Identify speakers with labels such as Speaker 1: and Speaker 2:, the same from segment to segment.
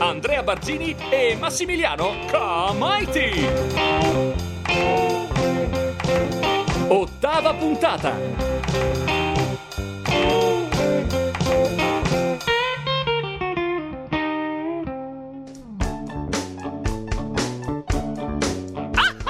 Speaker 1: Andrea Bargini e Massimiliano Comaiti. Ottava puntata.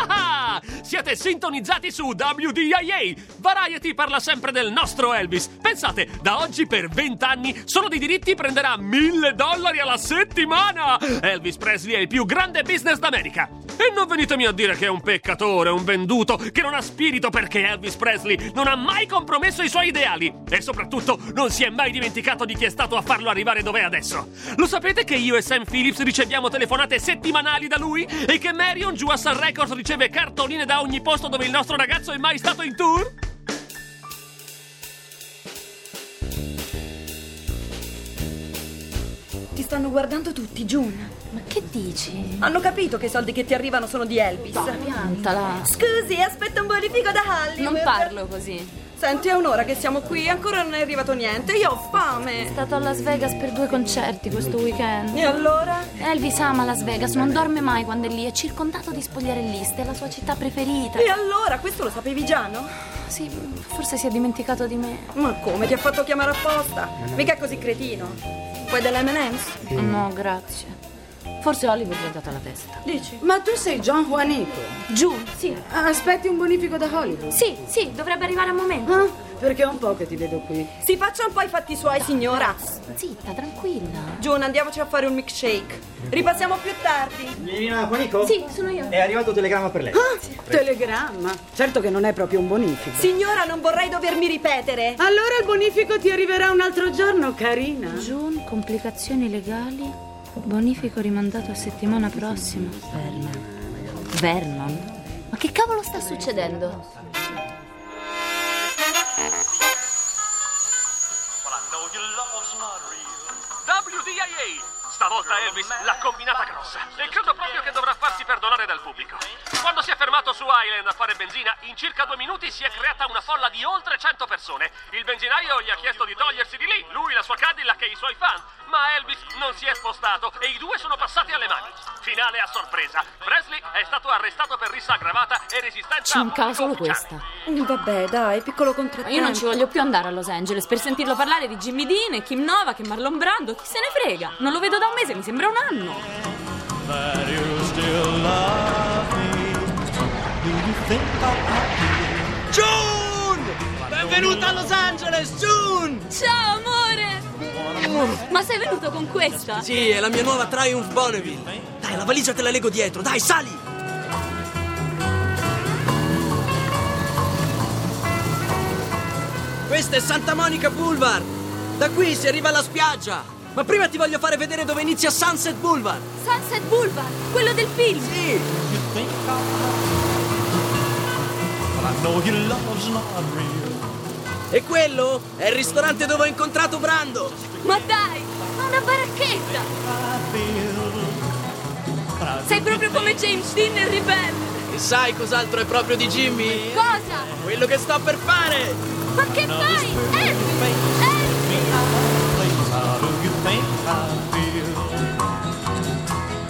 Speaker 1: Ah! Siete sintonizzati su WDIA! Variety parla sempre del nostro Elvis. Pensate, da oggi per 20 anni solo di diritti prenderà 1000 dollari alla settimana! Elvis Presley è il più grande business d'America. E non venitemi a dire che è un peccatore, un venduto, che non ha spirito perché Elvis Presley non ha mai compromesso i suoi ideali e soprattutto non si è mai dimenticato di chi è stato a farlo arrivare dov'è adesso. Lo sapete che io e Sam Phillips riceviamo telefonate settimanali da lui e che Marion giù a Sun Records riceve cartoline da ogni posto dove il nostro ragazzo è mai stato in tour?
Speaker 2: Ti stanno guardando tutti, June.
Speaker 3: Ma che dici?
Speaker 2: Hanno capito che i soldi che ti arrivano sono di Elvis.
Speaker 3: Piantala.
Speaker 2: Scusi, aspetta un bonifico da Hollywood.
Speaker 3: Non parlo così.
Speaker 2: Senti, è un'ora che siamo qui e ancora non è arrivato niente. Io ho
Speaker 3: È
Speaker 2: fame.
Speaker 3: stato a Las Vegas per due concerti questo weekend.
Speaker 2: E allora?
Speaker 3: Elvis ama Las Vegas, non dorme mai quando è lì, è circondato di spogliarelliste, è la sua città preferita.
Speaker 2: E allora? Questo lo sapevi già, no?
Speaker 3: Sì, forse si è dimenticato di me.
Speaker 2: Ma come? Ti ha fatto chiamare apposta? Mica è così cretino. Vuoi dell'M&M's?
Speaker 3: No, grazie. Forse Hollywood gli ha dato la testa.
Speaker 2: Dici?
Speaker 4: Ma tu sei John Juanito.
Speaker 3: Giù, sì.
Speaker 4: Aspetti un bonifico da Hollywood.
Speaker 3: Sì, sì, dovrebbe arrivare a momento.
Speaker 4: Ah, perché è un po' che ti vedo qui.
Speaker 2: Si faccia un po' i fatti suoi, signora.
Speaker 3: Zitta, tranquilla.
Speaker 2: June, andiamoci a fare un milkshake. Ripassiamo più tardi.
Speaker 5: Mirina Juanico?
Speaker 3: Sì, sono io.
Speaker 5: È arrivato il telegramma per lei.
Speaker 4: Ah, telegramma. Certo che non è proprio un bonifico.
Speaker 2: Signora, non vorrei dovermi ripetere.
Speaker 4: Allora il bonifico ti arriverà un altro giorno, carina.
Speaker 3: June, complicazioni legali, bonifico rimandato a settimana prossima. Vernon. Vernon? Ma che cavolo sta succedendo?
Speaker 1: WDIA! Stavolta Elvis l'ha combinata grossa e credo proprio che dovrà farsi perdonare dal pubblico. Quando si è fermato su Island a fare benzina, in circa due minuti si è creata una folla di oltre 100 persone. Il benzinaio gli ha chiesto di togliersi di lì, lui, la sua Cadillac e i suoi fan, ma Elvis non si è spostato e i due sono passati alle mani. Finale a sorpresa. Presley è stato arrestato per rissa aggravata e resistenza a
Speaker 3: Cincava
Speaker 1: pubblico ufficiale.
Speaker 3: solo questa.
Speaker 2: Vabbè, dai, piccolo
Speaker 6: Ma
Speaker 2: contrattempo.
Speaker 6: Io non ci voglio più andare a Los Angeles per sentirlo parlare di Jimmy Dean e Kim Nova che Marlon Brando, chi se ne frega? Non lo vedo da un mese, mi sembra un anno.
Speaker 7: that you still love me. Do you think I'll
Speaker 8: June! Benvenuta a Los Angeles, June!
Speaker 6: Ciao amore! Ma sei venuto con questa?
Speaker 8: Sì, è la mia nuova Triumph Bonneville. Dai, la valigia te la lego dietro, dai, sali! Questa è Santa Monica Boulevard. Da qui si arriva alla spiaggia. Ma prima ti voglio fare vedere dove inizia Sunset Boulevard.
Speaker 6: Sunset Boulevard, quello del film!
Speaker 8: Sì!
Speaker 7: think I'll But I know your love's not real.
Speaker 8: E quello è il ristorante dove ho incontrato Brando.
Speaker 6: Ma dai, ma una baracchetta!
Speaker 7: I feel
Speaker 6: Sei proprio come James Dean nel ribelle!
Speaker 8: E sai cos'altro è proprio di Jimmy?
Speaker 6: Cosa?
Speaker 8: Quello che sto per fare!
Speaker 6: Ma che fai? Elvis! Elvis!
Speaker 7: me out of place. How do you think I feel?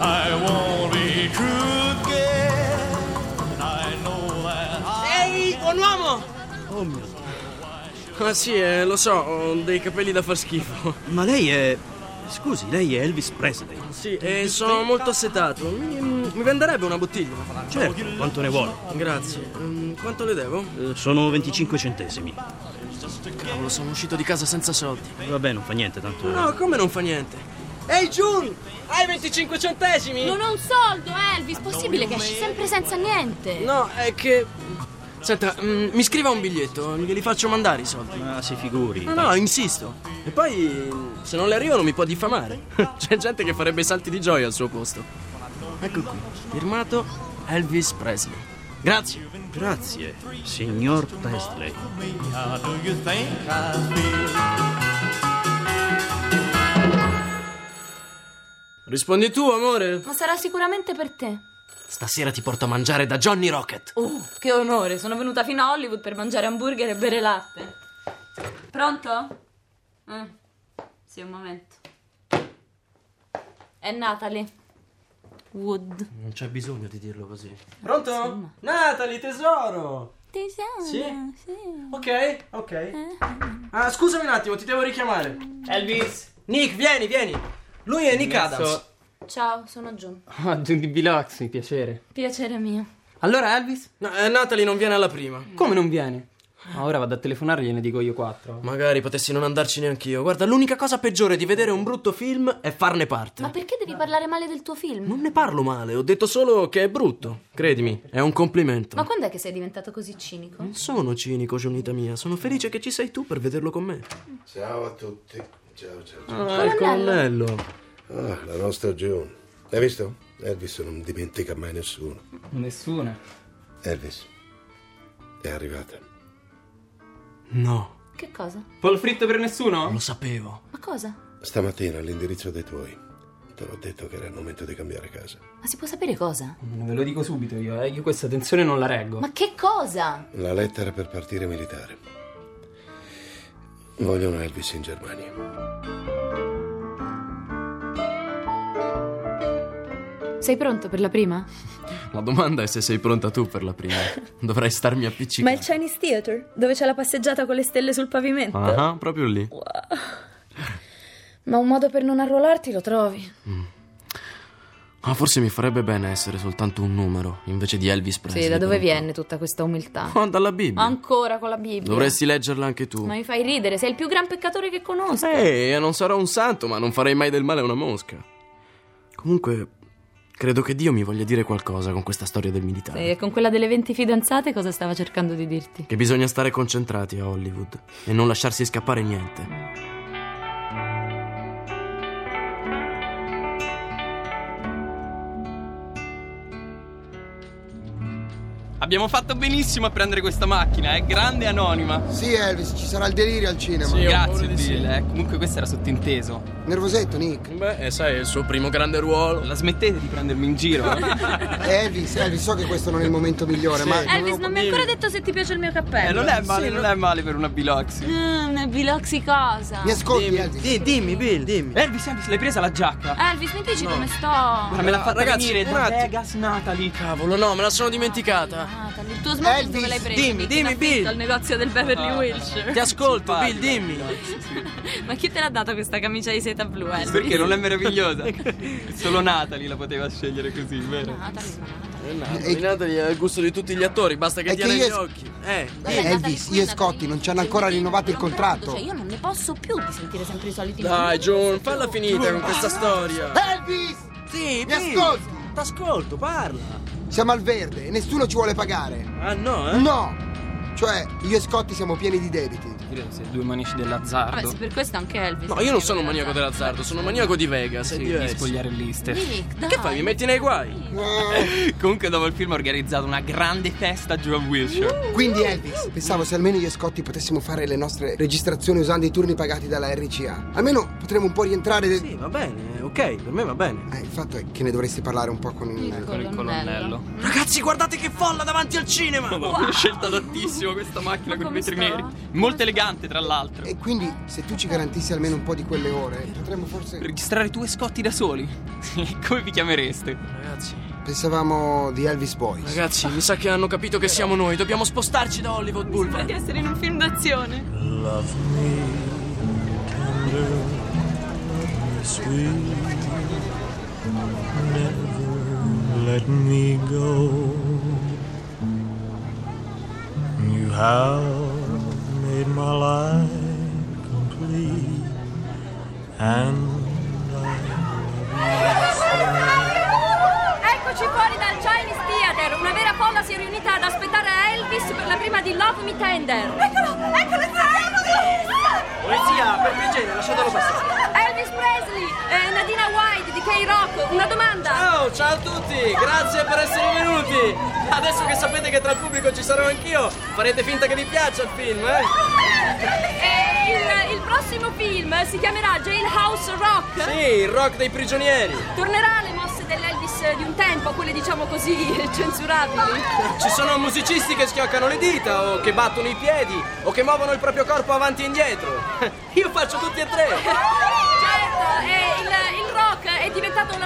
Speaker 7: I won't be true again. I know that I.
Speaker 8: Ehi, buon uomo!
Speaker 7: Oh mio
Speaker 8: Ah sì, eh, lo so, ho dei capelli da far schifo.
Speaker 5: Ma lei è. Scusi, lei è Elvis Presley.
Speaker 8: Sì, e sono molto assetato. Mi, mi venderebbe una bottiglia?
Speaker 5: Certo, quanto ne vuole?
Speaker 8: Grazie. Mm, quanto le devo?
Speaker 5: Eh, sono 25 centesimi.
Speaker 8: Cavolo, Eh, sono uscito di casa senza soldi.
Speaker 5: Vabbè, non fa niente, tanto.
Speaker 8: No, come non fa niente? Ehi, June! Hai 25 centesimi?
Speaker 3: Non ho un soldo, Elvis. Possibile che esci sempre senza niente?
Speaker 8: No, è che... Senta, mm, mi scriva un biglietto, glieli faccio mandare i soldi.
Speaker 5: Ma Ah, si figuri.
Speaker 8: No, no, insisto. E poi, se non le arrivano, mi può diffamare. C'è gente che farebbe salti di gioia al suo posto. Ecco qui, firmato Elvis Presley. Grazie.
Speaker 5: Grazie, signor Presley.
Speaker 7: me, how do you think I feel?
Speaker 8: Rispondi tu, amore.
Speaker 3: Ma sarà sicuramente per te.
Speaker 8: Stasera ti porto a mangiare da Johnny Rocket.
Speaker 6: Oh, che onore, sono venuta fino a Hollywood per mangiare hamburger e bere latte. Pronto? Mm. Sì, un momento. È Natalie. Wood.
Speaker 8: Non c'è bisogno di dirlo così. Pronto? Natalie, tesoro!
Speaker 6: Tesoro.
Speaker 8: Sì? Ok, ok. Ah, scusami un attimo, ti devo richiamare. Elvis! Nick, vieni, vieni! Lui è Nick Adams.
Speaker 3: Ciao, sosono June.
Speaker 9: Ah, Judy Biloxi, piacere.
Speaker 3: Piacere mio.
Speaker 9: Allora, Elvis?
Speaker 8: No, eh, Natalie non viene alla prima.
Speaker 9: Come non viene? Ma ora vado a telefonare e gliene dico io quattro.
Speaker 8: Magari potessi non andarci neanche io. Guarda, l'unica cosa peggiore di vedere un brutto film è farne parte.
Speaker 3: Ma perché devi parlare male del tuo film?
Speaker 8: Non ne parlo male, ho detto solo che è brutto. Credimi, è un complimento.
Speaker 3: Ma quando è che sei diventato così cinico?
Speaker 8: Non sono cinico, Giunita mia. Sono felice che ci sei tu per vederlo con me.
Speaker 10: Ciao a tutti. Ciao, ciao, ciao.
Speaker 8: Ah, il colonnello.
Speaker 10: Ah, la nostra June. Hai visto? Elvis non dimentica mai nessuno.
Speaker 9: Nessuna.
Speaker 10: Elvis, è arrivata.
Speaker 8: No,
Speaker 3: Che cosa?
Speaker 9: Pollo fritto per nessuno?
Speaker 8: lo sapevo.
Speaker 3: Ma cosa?
Speaker 10: Stamattina all'indirizzo dei tuoi. Te l'ho detto che era il momento di cambiare casa.
Speaker 3: Ma si può sapere cosa?
Speaker 9: Ve lo dico subito io, eh. Io questa tensione non la reggo.
Speaker 3: Ma che cosa?
Speaker 10: La lettera per partire militare. Vogliono Elvis in Germania.
Speaker 6: Sei pronto per la prima?
Speaker 8: La domanda è se sei pronta tu per la prima. Dovrai starmi
Speaker 2: Ma
Speaker 8: appiccicando.
Speaker 2: il Chinese Theater, dove c'è la passeggiata con le stelle sul pavimento.
Speaker 8: Ah, ah, proprio lì.
Speaker 2: Ma un modo per non arruolarti lo trovi.
Speaker 8: Ma Ah, forse mi farebbe bene essere soltanto un numero invece di Elvis Presley.
Speaker 3: Sì, da dove
Speaker 8: per un
Speaker 3: viene tutta questa umiltà?
Speaker 8: po'. Oh, dalla Bibbia.
Speaker 6: Ancora con la Bibbia.
Speaker 8: Dovresti leggerla anche tu.
Speaker 6: Ma mi fai ridere, sei il più gran peccatore che conosco.
Speaker 8: Ehi, io non sarò un santo, ma non farei mai del male a una mosca. Comunque, credo che Dio mi voglia dire qualcosa con questa storia del militare.
Speaker 6: E con quella delle 20 fidanzate cosa stava cercando di dirti?
Speaker 8: Che bisogna stare concentrati a Hollywood e non lasciarsi scappare niente.
Speaker 9: Abbiamo fatto benissimo a prendere questa macchina, è grande e anonima.
Speaker 11: Sì, Elvis, ci sarà il delirio al cinema.
Speaker 9: Grazie, Bill. eh. Comunque questo era sottinteso.
Speaker 11: Nervosetto, Nick.
Speaker 8: Beh, sai, è il suo primo grande ruolo.
Speaker 9: La smettete di prendermi in giro?
Speaker 11: Elvis, Elvis, so che questo non è il momento migliore, ma.
Speaker 6: Elvis, non mi hai ancora detto se ti piace il mio cappello.
Speaker 9: è male, Eh, non è male per una Biloxi.
Speaker 6: Mm, una biloxi cosa?
Speaker 11: Mi
Speaker 8: Oh,
Speaker 11: ascolti, Elvis?
Speaker 8: dimmi, Bill, dimmi.
Speaker 9: Elvis, Elvis, l'hai presa la giacca?
Speaker 6: Elvis, mi dici come sto?
Speaker 9: Ma me l'ha fatta
Speaker 8: Ragazzi,
Speaker 9: venire
Speaker 8: un
Speaker 9: da
Speaker 8: attimo.
Speaker 9: Vegas Natalie.
Speaker 8: Cavolo, no, me la sono dimenticata.
Speaker 6: Nathan, il tuo smartphone dove
Speaker 11: Elvis,
Speaker 6: l'hai preso?
Speaker 8: dimmi, dimmi,
Speaker 6: In affitto
Speaker 8: Bill.
Speaker 6: Al negozio del Beverly Wilshire.
Speaker 8: Ti ascolto, Bill, dimmi.
Speaker 6: Ma chi te l'ha data questa camicia di seta blu, Elvis?
Speaker 9: Perché non è meravigliosa? Solo Natalie la poteva scegliere così, vero?
Speaker 6: Nathan,
Speaker 11: Eh,
Speaker 8: Natalie ha il gusto di tutti gli attori, basta che
Speaker 11: È
Speaker 8: ti
Speaker 11: che
Speaker 8: negli
Speaker 11: io-
Speaker 8: occhi. Eh,
Speaker 11: Eh, Elvis, io e Scotty non ci hanno ancora rinnovato il contratto.
Speaker 3: Cioè, io non ne posso più di sentire sempre i soliti
Speaker 8: dai, John, falla finita con questa storia.
Speaker 11: Elvis!
Speaker 8: Sì,
Speaker 11: Mi ascolti?
Speaker 8: T'ascolto, parla.
Speaker 11: Siamo al verde e nessuno ci vuole pagare.
Speaker 8: Ah, no,
Speaker 11: No! Cioè, io e Scotty siamo pieni di debiti.
Speaker 9: Sei due manici
Speaker 6: Vabbè,
Speaker 9: dell'azzardo.
Speaker 6: se per questo anche Elvis.
Speaker 8: No, io non sono un maniaco dell'azzardo, sono un maniaco di Vegas. è
Speaker 9: Sì, di
Speaker 8: diverso.
Speaker 9: spogliarelliste.
Speaker 3: Nick, dai.
Speaker 8: Che fai? Mi metti nei guai?
Speaker 9: Comunque dopo il film ho organizzato una grande festa giù a Wilshire.
Speaker 11: Quindi, Elvis, pensavo se almeno io e Scotty potessimo fare le nostre registrazioni usando i turni pagati dalla RCA. Almeno potremmo un po' rientrare. Del...
Speaker 8: Sì, va bene, eh, ok, per me va bene.
Speaker 11: Eh, il fatto è che ne dovresti parlare un po' con il.
Speaker 9: Con il colonnello.
Speaker 8: Ragazzi, guardate che folla davanti al cinema!
Speaker 9: Una scelta d'attissimo questa macchina con i vetri neri. Molto elegante, tra l'altro.
Speaker 11: E quindi se tu ci garantissi almeno un po' di quelle ore, potremmo forse...
Speaker 9: Registrare tu e Scotti da soli. Sì, Come vi chiamereste?
Speaker 8: Ragazzi,
Speaker 11: Pensavamo di Elvis Boys.
Speaker 8: ragazzi, mi sa che hanno capito che siamo noi. Dobbiamo spostarci da Hollywood
Speaker 6: Di
Speaker 8: Boulevard.
Speaker 6: essere in un film d'azione.
Speaker 7: Love me tender, sweet. Never let me go. You have made my life complete, and
Speaker 6: Eccoci fuori dal Chinese Theater. Una vera folla si è riunita ad aspettare Elvis per la prima di Love Me Tender. Eccolo, eccolo,
Speaker 8: Polizia, per piacere, lasciatelo passare.
Speaker 6: Elvis Presley e Nadina White di K-Rock. Una domanda.
Speaker 8: Ciao, ciao a tutti, grazie per essere venuti. Adesso che sapete che tra il pubblico ci sarò anch'io, farete finta che vi piaccia il film, eh?
Speaker 6: E Eh, il, il prossimo film si chiamerà Jailhouse Rock.
Speaker 8: Sì, il rock dei prigionieri.
Speaker 6: Tornerà alle mosse dell'Elvis di un tempo, quelle diciamo così censurabili.
Speaker 8: Ci sono musicisti che schioccano le dita o che battono i piedi o che muovono il proprio corpo avanti e indietro. Io faccio tutti e tre.
Speaker 6: Certo, e il, il rock è diventato un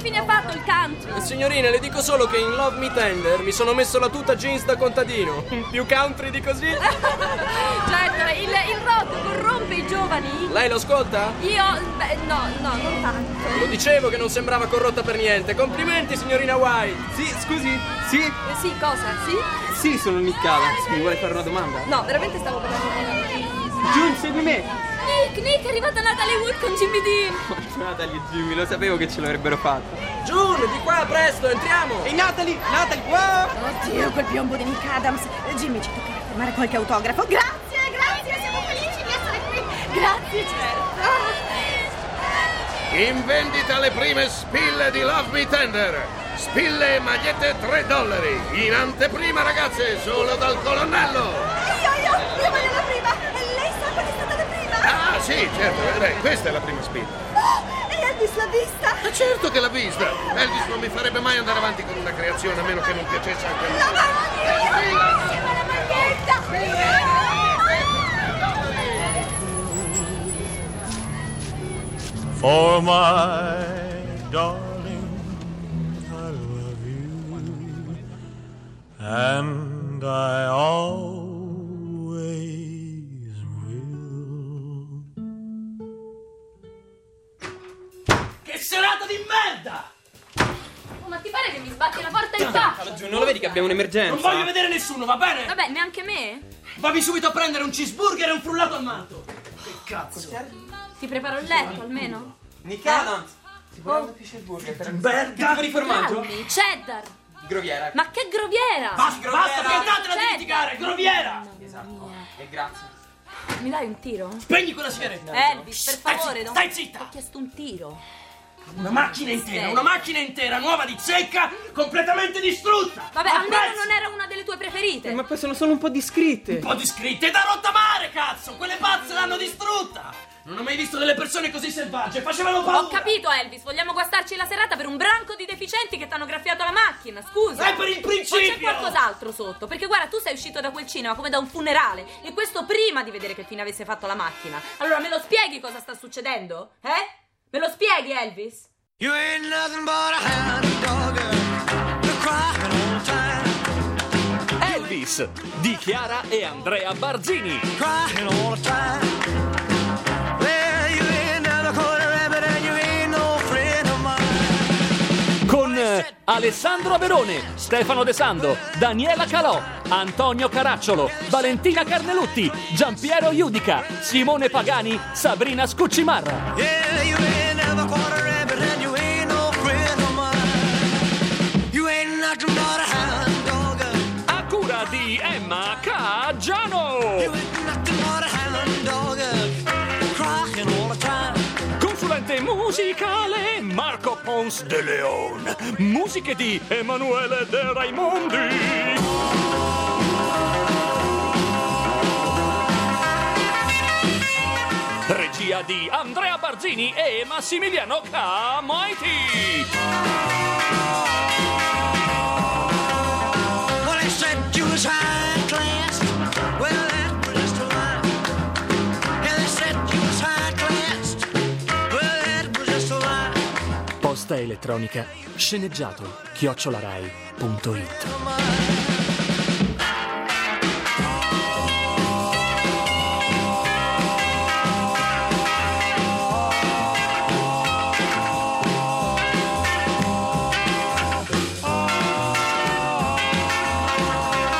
Speaker 6: fine ha fatto il canto?
Speaker 4: Signorina, le dico solo che in Love Me Tender mi sono messo la tuta jeans da contadino. Più country di così?
Speaker 6: Certo, il, il rock corrompe i giovani?
Speaker 4: Lei lo ascolta?
Speaker 6: Io, beh, no, no, non tanto.
Speaker 4: Lo dicevo che non sembrava corrotta per niente. Complimenti, signorina White.
Speaker 9: Sì, scusi, sì?
Speaker 6: Eh, Sì, cosa? Sì?
Speaker 9: Sì, sono Nick Calax. Mi vuole fare una domanda?
Speaker 6: No, veramente stavo parlando di
Speaker 9: June, segui me.
Speaker 6: Nick, Nick, è arrivata Natalie Wood con Jimmy Dean.
Speaker 9: Natalie Jimmy, lo sapevo che ce l'avrebbero fatta.
Speaker 4: June, di qua, presto, entriamo.
Speaker 9: Ehi, Natalie, Natalie, wow!
Speaker 12: Oddio, quel piombo di Nick Adams. Jimmy, ci toccherà firmare qualche autografo. Grazie!
Speaker 2: Grazie, grazie, siamo felici di essere qui. Grazie, certo.
Speaker 13: In vendita le prime spille di Love Me Tender. Spille e magliette 3 dollari. In anteprima, ragazze, solo dal colonnello.
Speaker 2: Io, io, io voglio la prima. Lei sa qual è stata la prima?
Speaker 13: Ah, sì, certo, vedrai. Questa è la prima spilla.
Speaker 2: Oh, e Elvis l'ha vista?
Speaker 13: Ma certo che l'ha vista. Elvis non mi farebbe mai andare avanti con una creazione a meno che non piacesse anche a
Speaker 2: La
Speaker 13: lui.
Speaker 2: maglietta! Bellissima la maglietta!
Speaker 8: For my darling, I love you, and I always will.
Speaker 6: Che serata di merda! Oh, ma ti pare che mi sbatti la porta in faccia?
Speaker 9: Giù, non lo vedi che abbiamo un'emergenza?
Speaker 14: Non voglio vedere nessuno, va bene?
Speaker 6: Vabbè, neanche me?
Speaker 14: Vammi subito a prendere un cheeseburger e un frullato al manto. Che cazzo?
Speaker 6: Ti preparo il letto, almeno.
Speaker 9: Nick Adams! Ti vorrei più cheeseburger per
Speaker 14: Berga
Speaker 9: Tipo di formaggio?
Speaker 6: Grammi, cheddar!
Speaker 9: Groviera.
Speaker 6: Ma che groviera!
Speaker 14: Basta, basta,
Speaker 6: Groviera.
Speaker 14: piantatela di
Speaker 6: Cheddar.
Speaker 14: litigare, groviera!
Speaker 9: Esatto. E grazie.
Speaker 6: Mi dai un tiro?
Speaker 14: Spegni quella sigaretta.
Speaker 6: Elvis, per favore,
Speaker 14: zitta,
Speaker 6: non...
Speaker 14: stai zitta.
Speaker 6: Ho chiesto un tiro.
Speaker 14: Una macchina intera, una macchina intera, nuova di zecca, completamente distrutta.
Speaker 6: Vabbè,
Speaker 14: A
Speaker 6: almeno
Speaker 14: pezzi.
Speaker 6: non era una delle tue preferite.
Speaker 9: Ma poi sono solo un po' discrete.
Speaker 14: Un po' di scritte da rottamare, cazzo! Quelle pazze l'hanno distrutta! Non ho mai visto delle persone così selvagge, facevano paura!
Speaker 6: Ho capito, Elvis. Vogliamo guastarci la serata per un branco di deficienti che t'hanno graffiato la macchina. Scusa.
Speaker 14: È per il principio!
Speaker 6: Ma c'è qualcos'altro sotto. Perché guarda, tu sei uscito da quel cinema come da un funerale. E questo prima di vedere che fine avesse fatto la macchina. Allora me lo spieghi cosa sta succedendo? Eh? Me lo spieghi, Elvis?
Speaker 8: You ain't nothing but a hound dog, you're crying all the time.
Speaker 1: Elvis di Chiara e Andrea Barzini.
Speaker 8: crying all the time. Well, you ain't not a quarter rabbit and you ain't no friend of mine.
Speaker 1: Con eh, Alessandro Averone, Stefano De Sando, Daniela Calò, Antonio Caracciolo, Valentina Carnelutti, Giampiero Iudica, Simone Pagani, Sabrina Scuccimarra.
Speaker 8: Yeah, you ain't never caught a rabbit and you ain't no friend of mine. You ain't nothing but a hound dog.
Speaker 1: A cura di Emma
Speaker 8: You
Speaker 1: Caggiano.
Speaker 8: ain't nothing but a hound dog. Crying all the time.
Speaker 1: Consulente musicale Marco Pons de Leon. Musiche di Emanuele De Raimondi. Regia di Andrea Barzini e Massimiliano Camoiti.
Speaker 8: Well, they said you was high class. Well, that was the lie. Yeah, they said you was high class. Well, that was just a lie.
Speaker 1: Posta elettronica sceneggiato chiocciolarai.it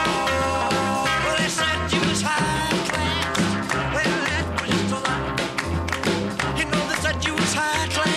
Speaker 8: Well, they said you was high class. Well, that was just a lie. You know they said you was high class.